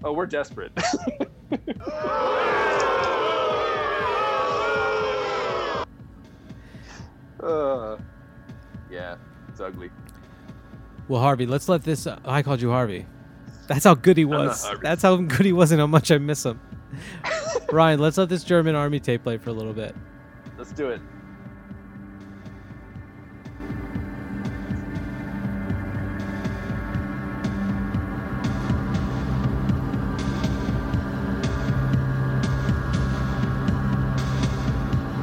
C: Oh, we're desperate. uh, yeah, it's ugly.
B: Well, Harvey, let's let this. Uh, I called you Harvey. That's how good he
C: not
B: was.
C: Harvey.
B: That's how good he was and how much I miss him. Ryan, let's let this German army tape play for a little bit.
C: Let's do it.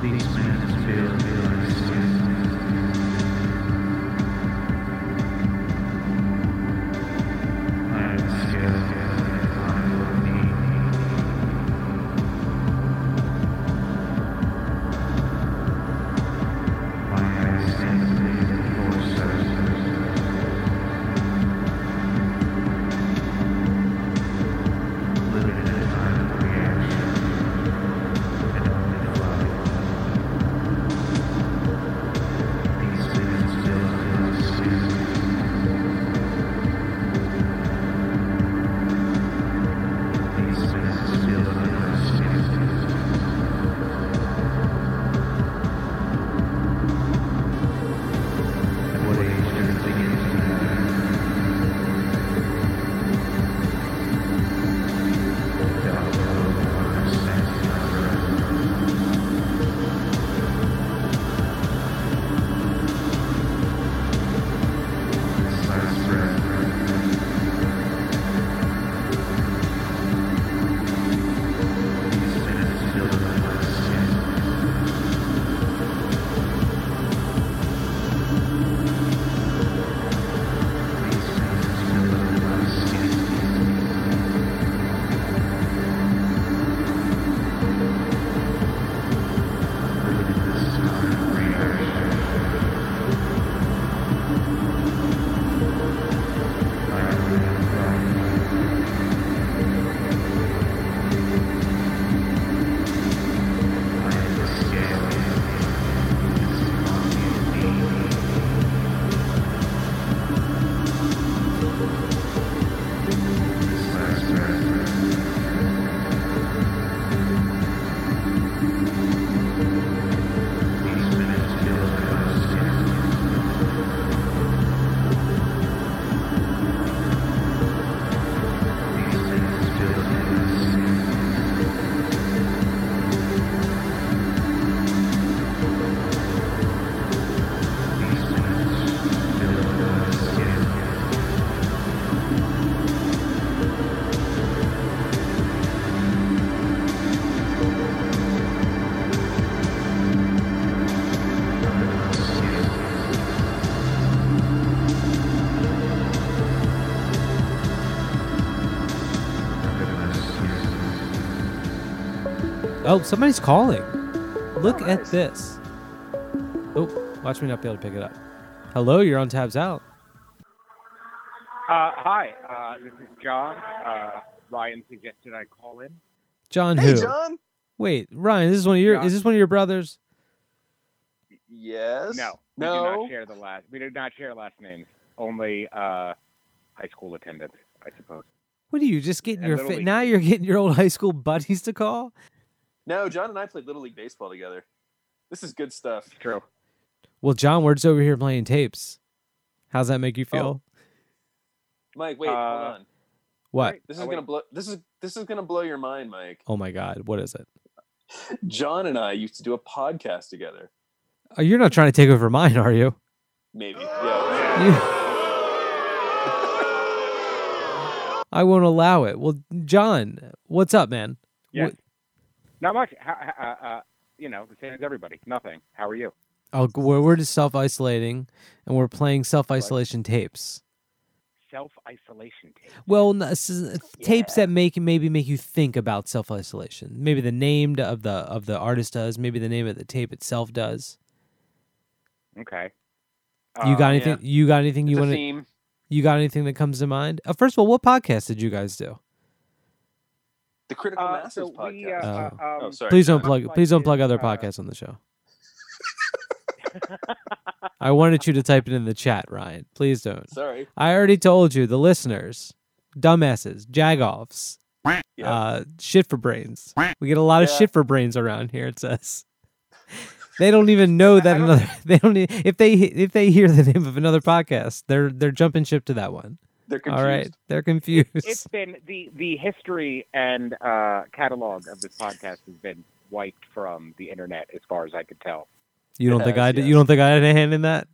E: These men build
B: Oh, somebody's calling. Look at this. Oh, watch me not be able to pick it up. Hello, you're on Tabs Out.
M: Uh, hi, uh, this is John. Uh, Ryan suggested I call in.
B: John
M: Hey,
B: who?
M: John.
B: Wait, Ryan, this is one of your
M: John.
B: is this one of your brothers?
C: Yes.
M: No, we do
C: No.
M: not share the last. We do not share last names. Only uh, high school attendance, I suppose.
B: What are you just getting
M: Yeah,
B: your
M: Little
B: fa-
M: League.
B: now you're getting your old high school buddies to call?
C: No, John and I played little league baseball together. This is good stuff.
M: True.
B: Well, John, we're just over here playing
M: Oh,
B: tapes. How's that make you feel?
M: Uh,
C: Mike, wait, hold on.
B: What?
M: oh,
C: This is gonna blow. This is this is gonna blow your mind, Mike.
B: Oh my God. What is it?
C: John and I used to do a podcast together.
B: Oh, you're not trying to take over mine, are you?
C: Maybe. Yeah.
B: I won't allow it. Well, John, what's up, man?
M: Yeah.
B: Wh-
M: Not much. Ha- ha- uh, uh, you know, the same as everybody. Nothing. How are you?
B: Oh, g- we're, we're just self isolating and we're playing self isolation tapes.
M: Self isolation tape.
B: Well, n- s- s- tapes that make maybe make you think about self isolation. Maybe the name of the of the artist does. Maybe the name of the tape itself does.
M: Okay.
B: you
M: Uh,
B: got anything?
M: yeah.
B: You got anything you
M: It's a
B: want
M: theme.
B: You got anything that comes to mind? Uh, first of all, what podcast did you guys do?
C: The critical masses podcast.
B: uh,
M: um,
C: oh, sorry.
B: please don't
C: John.
B: plug. Please don't plug other podcasts on the show. I wanted you to type it in the chat, Ryan. Please don't.
C: Sorry.
B: I already told you the listeners, dumbasses, jagoffs, uh, shit for brains. We get a lot of
C: Yeah.
B: shit for brains around here. It says they don't even know that another. They don't e- if they if they hear the name of another podcast, they're they're jumping ship to that one.
C: They're
B: All right,
M: confused.
B: they're confused.
M: It's been the the history and uh, catalog of this podcast has been wiped from the internet, as far as I could tell.
B: you don't think I did, you don't think I had a hand in that?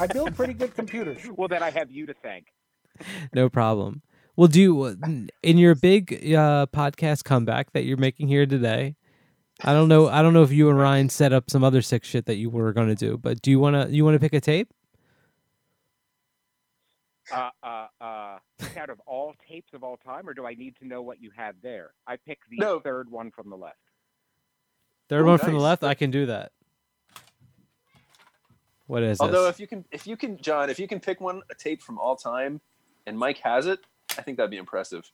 M: I build pretty good computers. Well, then I have you to thank.
B: No problem. Well, do you, uh, n- in your big uh, podcast comeback that you're making here today? I don't know. I don't know if you and Ryan set up some other sick shit that you were gonna do, but do you wanna you wanna pick a tape?
M: Uh, uh, uh, pick out of all tapes of all time, or do I need to know what you had there? I picked the third one from the left.
B: Third
C: Ooh,
B: one from the
C: Oh, nice.
B: left. I can do that. What is
C: Although
B: this?
C: if you can, if you can, John, if you can pick one a tape from all time, and Mike has it, I think that'd be impressive.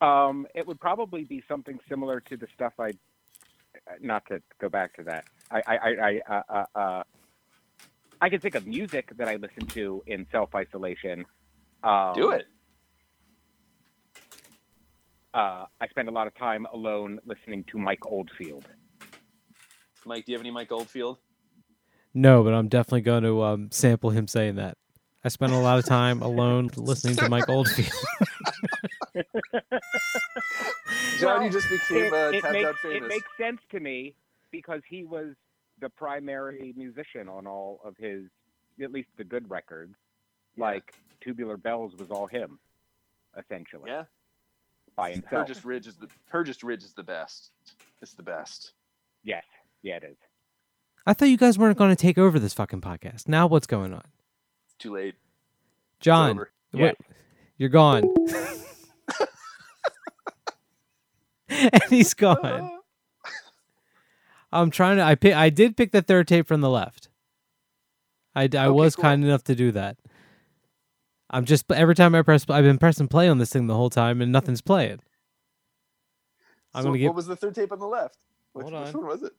M: Um, it would probably be something similar to the stuff I. uh, Not to go back to that. I I I I, uh, uh, uh, I can think of music that I listen to in self isolation. Um,
C: Do it.
M: Uh, I spend a lot of time alone listening to Mike Oldfield.
C: Mike, do you have any Mike Oldfield?
B: No, but I'm definitely going to um, sample him saying that. I spent a lot of time alone listening to Mike Oldfield.
C: John, you just became uh,
M: it,
C: tapped
M: makes,
C: out
M: it
C: famous.
M: makes sense to me because he was the primary musician on all of his, at least the good records. Like Tubular Bells was all him, essentially.
C: Yeah.
M: By himself.
C: Purchase Ridge is the Purchase Ridge is the best. It's the best.
M: Yes. Yeah, it is.
B: I thought you guys weren't going to take over this fucking podcast. Now what's going on,
C: Too late.
B: John?
C: over.
B: wait- you're gone. and he's gone. I'm trying to. I pick. I did pick the third tape from the left. I, d- I was kind enough to do that. I'm just every time I press. I've been pressing play on this thing the whole time, and nothing's playing. I'm
C: So
B: gonna
C: What
B: get.
C: was the third tape on the left? Which, which one was it?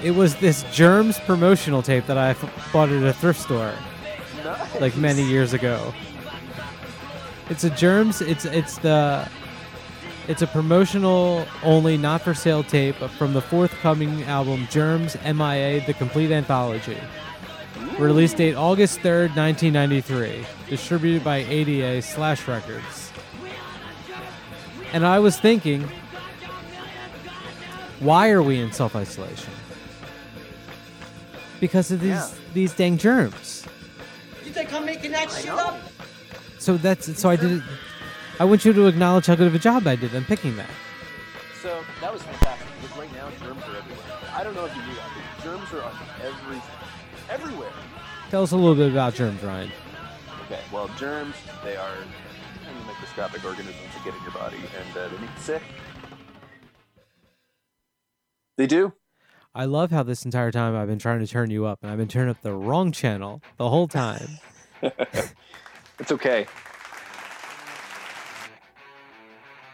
B: It was this Germs promotional tape that I f- bought at a thrift store, like many years ago. It's a Germs. It's it's the. It's a promotional only, not for sale tape from the forthcoming album Germs MIA: The Complete Anthology. Release date August 3rd, 1993. Distributed by ADA Slash Records. And I was thinking, why are we in self isolation? Because of these these dang germs.
J: You think I'm making that shit up?
B: So that's so I did. I want you to acknowledge how good of a job I did in picking that.
C: So that was fantastic because right now germs are everywhere. I don't know if you knew that, but germs are on every everywhere.
B: Tell us a little bit about germs, Ryan.
C: Okay, well, germs, they are tiny microscopic organisms that get in your body and uh, they make you sick. They do.
B: I love how this entire time I've been trying to turn you up, and I've been turning up the wrong channel the whole time.
C: It's okay.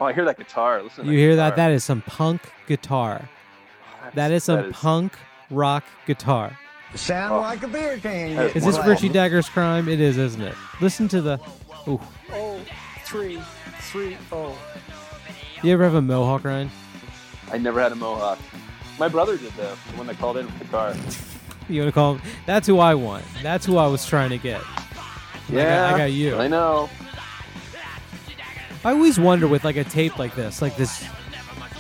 C: Oh, I hear that guitar. Listen to
B: You hear that?
C: guitar.
B: That is some punk guitar. That is some
C: that is-
B: punk rock guitar.
M: Oh.
N: Sound like a beer can.
B: Is this Richie Dagger's crime? It is, isn't it? Listen to the. Ooh.
N: Oh, three, three, oh.
B: You ever have a mohawk, Ryan?
C: I never had a mohawk. My brother did, though, the one that called in with the car.
B: You want to call him? That's who I want. That's who I was trying to get. I got- I got, you.
C: I know.
B: I always wonder with like a tape like this, like this,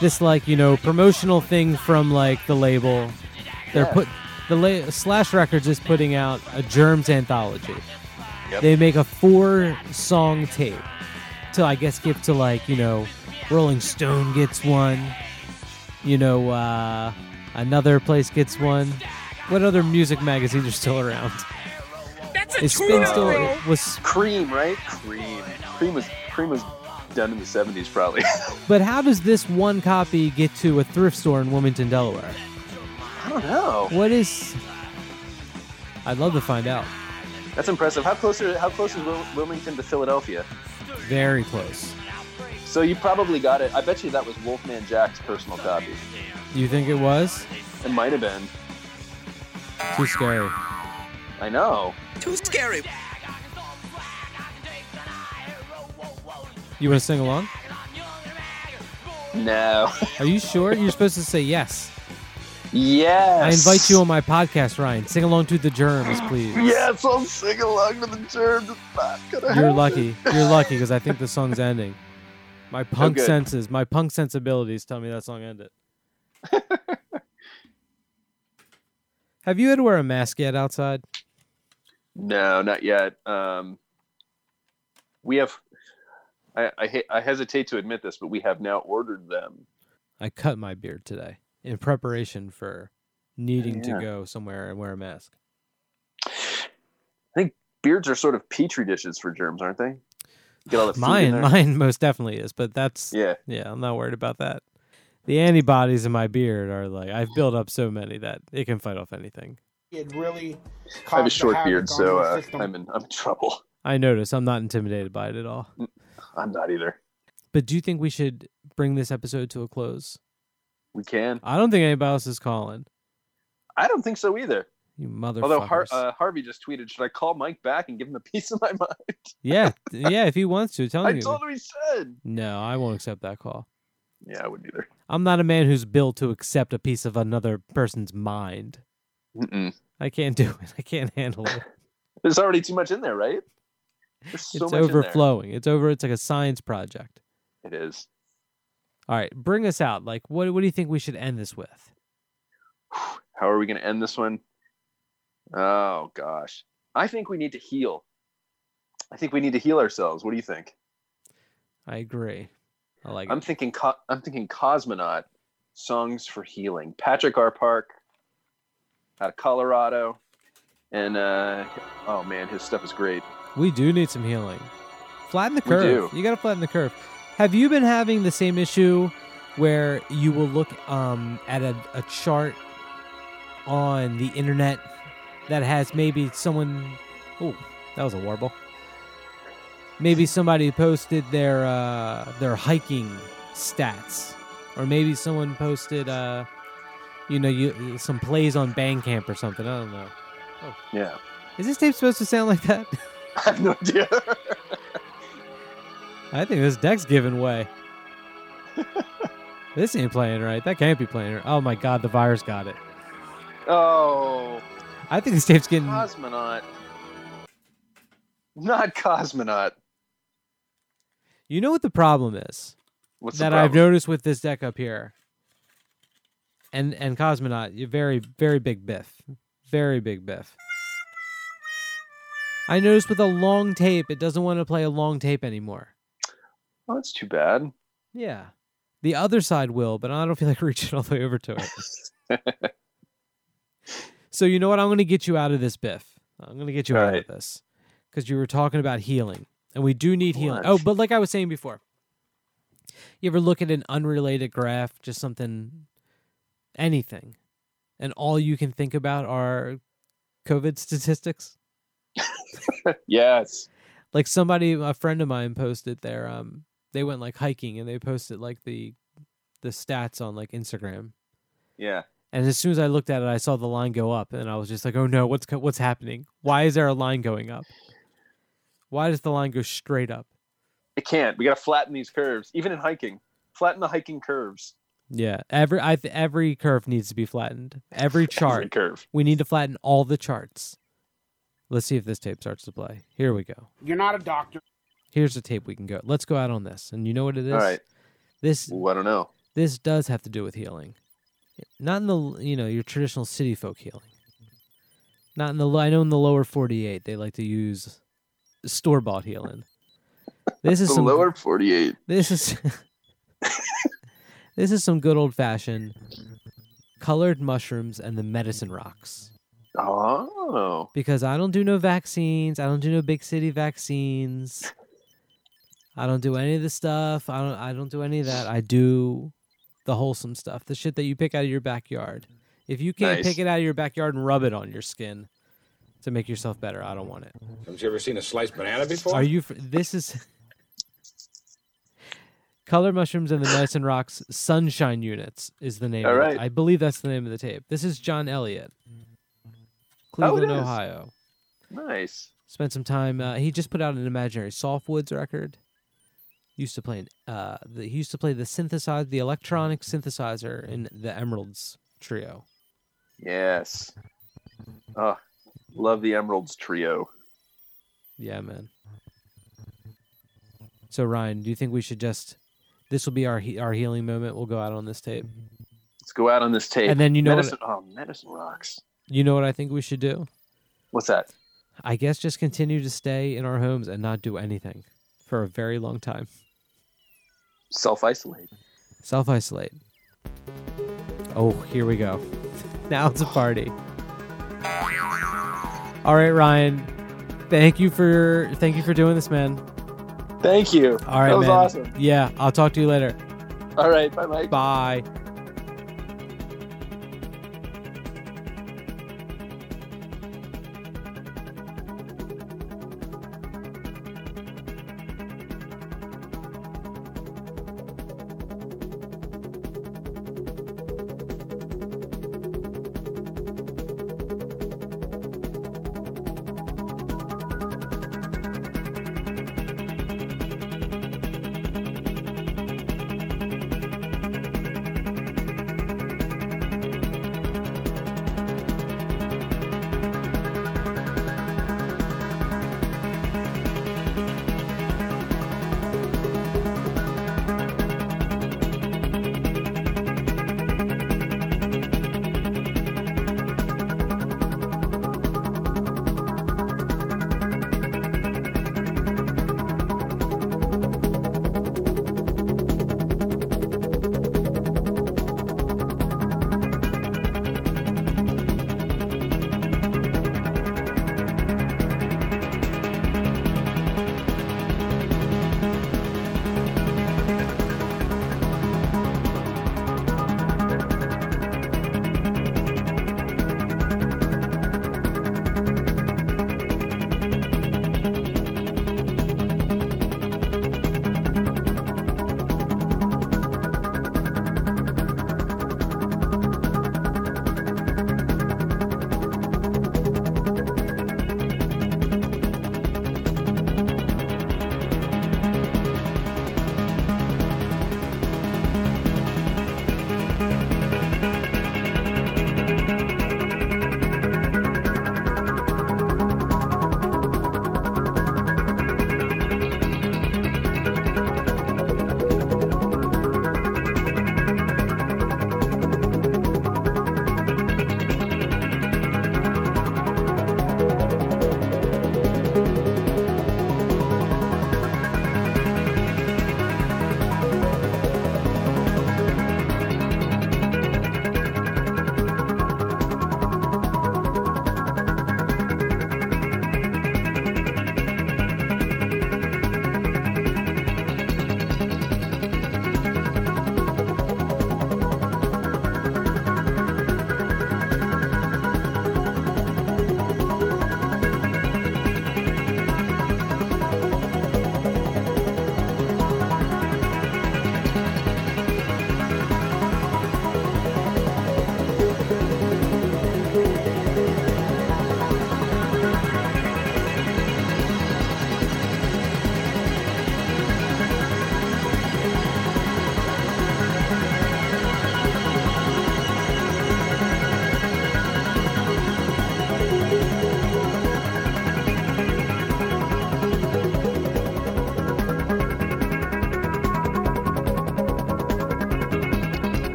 B: this like you know promotional thing from like the label. They're
C: Yeah.
B: put the la- Slash Records is putting out a Germs anthology.
C: Yep.
B: They make a four song tape to I guess give to like you know Rolling Stone gets one, you know uh, another place gets one. What other music magazines are still around?
J: That's
B: Is Spin still was
C: Cream, right? Cream. Cream was cream was done in the seventies, probably.
B: But how does this one copy get to a thrift store in Wilmington, Delaware?
C: I don't know.
B: What is? I'd love to find out.
C: That's impressive. How close are, how close is Wil- Wilmington to Philadelphia?
B: Very close.
C: So you probably got it. I bet you that was Wolfman Jack's personal copy.
B: Do you think it was?
C: It might have been.
B: Too scary.
C: I know.
J: Too scary.
B: You want to sing along?
C: No.
B: Are you sure? You're supposed to say yes.
C: Yes.
B: I invite you on my podcast, Ryan. Sing along to the germs, please.
C: Yes, I'll sing along to the germs. It's not gonna
B: You're
C: happen.
B: lucky. You're lucky because I think the song's ending. My punk
C: good.
B: senses, my punk sensibilities tell me that song ended. Have you had to wear a mask yet outside?
C: No, not yet. Um, we have. I, I he- I hesitate to admit this, but we have now ordered them.
B: I cut my beard today in preparation for needing
C: yeah.
B: to go somewhere and wear a mask.
C: I think beards are sort of petri dishes for germs, aren't they? Get all the food in
B: Mine,
C: there.
B: mine most definitely is, but that's
C: Yeah.
B: yeah. I'm not worried about that. The antibodies in my beard are like I've built up so many that it can fight off anything.
D: It really
C: I have a
D: caused
C: short
D: havoc
C: beard,
D: on
C: so
D: your
C: uh,
D: system.
C: I'm in I'm in trouble.
B: I notice I'm not intimidated by it at all.
C: I'm not either.
B: But do you think we should bring this episode to a close?
C: We can.
B: I don't think anybody else is calling.
C: I don't think so either.
B: You motherfuckers.
C: Although Har- uh, Harvey just tweeted, should I call Mike back and give him a piece of my mind?
B: yeah, th- yeah. If he wants to, tell
C: I
B: him.
C: told him he said.
B: No, I won't accept that call.
C: Yeah, I wouldn't either.
B: I'm not a man who's built to accept a piece of another person's mind.
C: Mm-mm.
B: I can't do it. I can't handle it.
C: There's already too much in there, right? There's so
B: it's
C: much in there.
B: overflowing. It's over. It's like a science project.
C: It is.
B: All right, bring us out. Like, what what do you think we should end this with?
C: How are we going to end this one? Oh gosh, I think we need to heal. I think we need to heal ourselves. What do you think?
B: I agree. I like
C: I'm
B: it.
C: thinking. Co- I'm thinking cosmonaut songs for healing. Patrick R. Park out of Colorado, and uh, oh man, his stuff is great.
B: We do need some healing. Flatten the
C: We
B: curve.
C: do.
B: You got to flatten the curve. Have you been having the same issue where you will look um, at a, a chart on the internet that has maybe someone? Oh, that was a warble. Maybe somebody posted their uh, their hiking stats, or maybe someone posted, uh, you know, you, some plays on Bandcamp or something. I don't know. Oh.
C: Yeah,
B: Is this tape supposed to sound like that?
C: I have no idea.
B: I think this deck's giving way. this ain't playing right. That can't be playing right. Oh my god, the virus got it.
C: oh,
B: I think this tape's getting.
C: cosmonaut, not cosmonaut.
B: You know what the problem is
C: What's
B: that
C: the
B: I've
C: problem?
B: noticed with this deck up here, and and cosmonaut, you very very big biff, very big biff. I noticed with a long tape, it doesn't want to play a long tape anymore.
C: oh, that's too bad.
B: Yeah, the other side will, but I don't feel like reaching all the way over to it. So you know what? I'm going to get you out of this, Biff. I'm going to get you out of this because you were talking about healing, and we do need healing.
C: What?
B: Oh, but like I was saying before, you ever look at an unrelated graph, just something, anything, and all you can think about are COVID statistics?
C: yes.
B: like somebody a friend of mine posted their um they went like hiking and they posted like the the stats on like instagram
C: Yeah.
B: and as soon as i looked at it i saw the line go up and i was just like oh no what's co- what's happening why is there a line going up why does the line go straight up
C: It can't. We got to flatten these curves, even in hiking. Flatten the hiking curves.
B: Yeah, every I th- every curve needs to be flattened. Every chart
C: curve.
B: We need to flatten all the charts. Let's see if this tape starts to play. Here we go.
D: You're not a doctor.
B: Here's the tape we can go. Let's go out on this. And you know what it is?
C: All right.
B: This
C: Ooh, I don't know.
B: this does have to do with healing. Not in the you know, your traditional city folk healing. Not in the I know in the lower 48 they like to use store-bought healing. This is
C: the
B: some
C: lower 48.
B: This is This is some good old fashioned colored mushrooms and the medicine rocks.
C: Oh.
B: Because I don't do no vaccines. I don't do no big city vaccines. I don't do any of the stuff. I don't I don't do any of that. I do the wholesome stuff. The shit that you pick out of your backyard. If you can't
O: Nice.
B: pick it out of your backyard and rub it on your skin to make yourself better, I don't want it.
O: Have you ever seen a sliced banana before?
B: Are you? fr- This is Color Mushrooms and the Medicine Rocks Sunshine Units is the name.
C: All
B: of it.
C: right.
B: I believe that's the name of the tape. This is John Elliott,
O: Oh,
B: Cleveland,
C: is.
B: Ohio.
C: Nice.
B: Spent some time. Uh, he just put out an Imaginary Softwoods record. Used to play. an- Uh, the, he used to play the synthesizer, the electronic synthesizer in the Emeralds trio.
C: Yes. Oh, love the Emeralds trio.
B: Yeah, man. So Ryan, do you think we should just? This will be our he- our healing moment. We'll go out on this tape.
C: Let's go out on this tape.
B: And then you know what-
C: medicine, oh, medicine rocks.
B: You know what I think we should do?
C: What's that?
B: I guess just continue to stay in our homes and not do anything for a very long time.
C: Self isolate.
B: Self isolate. Oh, here we go. Now it's a party. All right, Ryan. Thank you for thank you for doing this, man.
C: Thank you.
B: All right,
C: that was
B: man.
C: awesome.
B: Yeah, I'll talk to you later.
C: All right, bye, Mike.
B: Bye.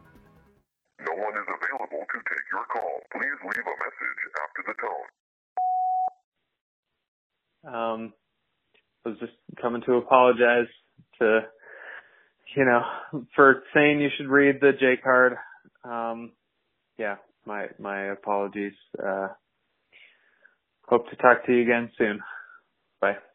P: one is available to take your call. Please leave a message after the tone.
K: Um, I was just coming to apologize to, you know, for saying you should read the J card. Um, yeah, my my apologies. Uh, hope to talk to you again soon. Bye.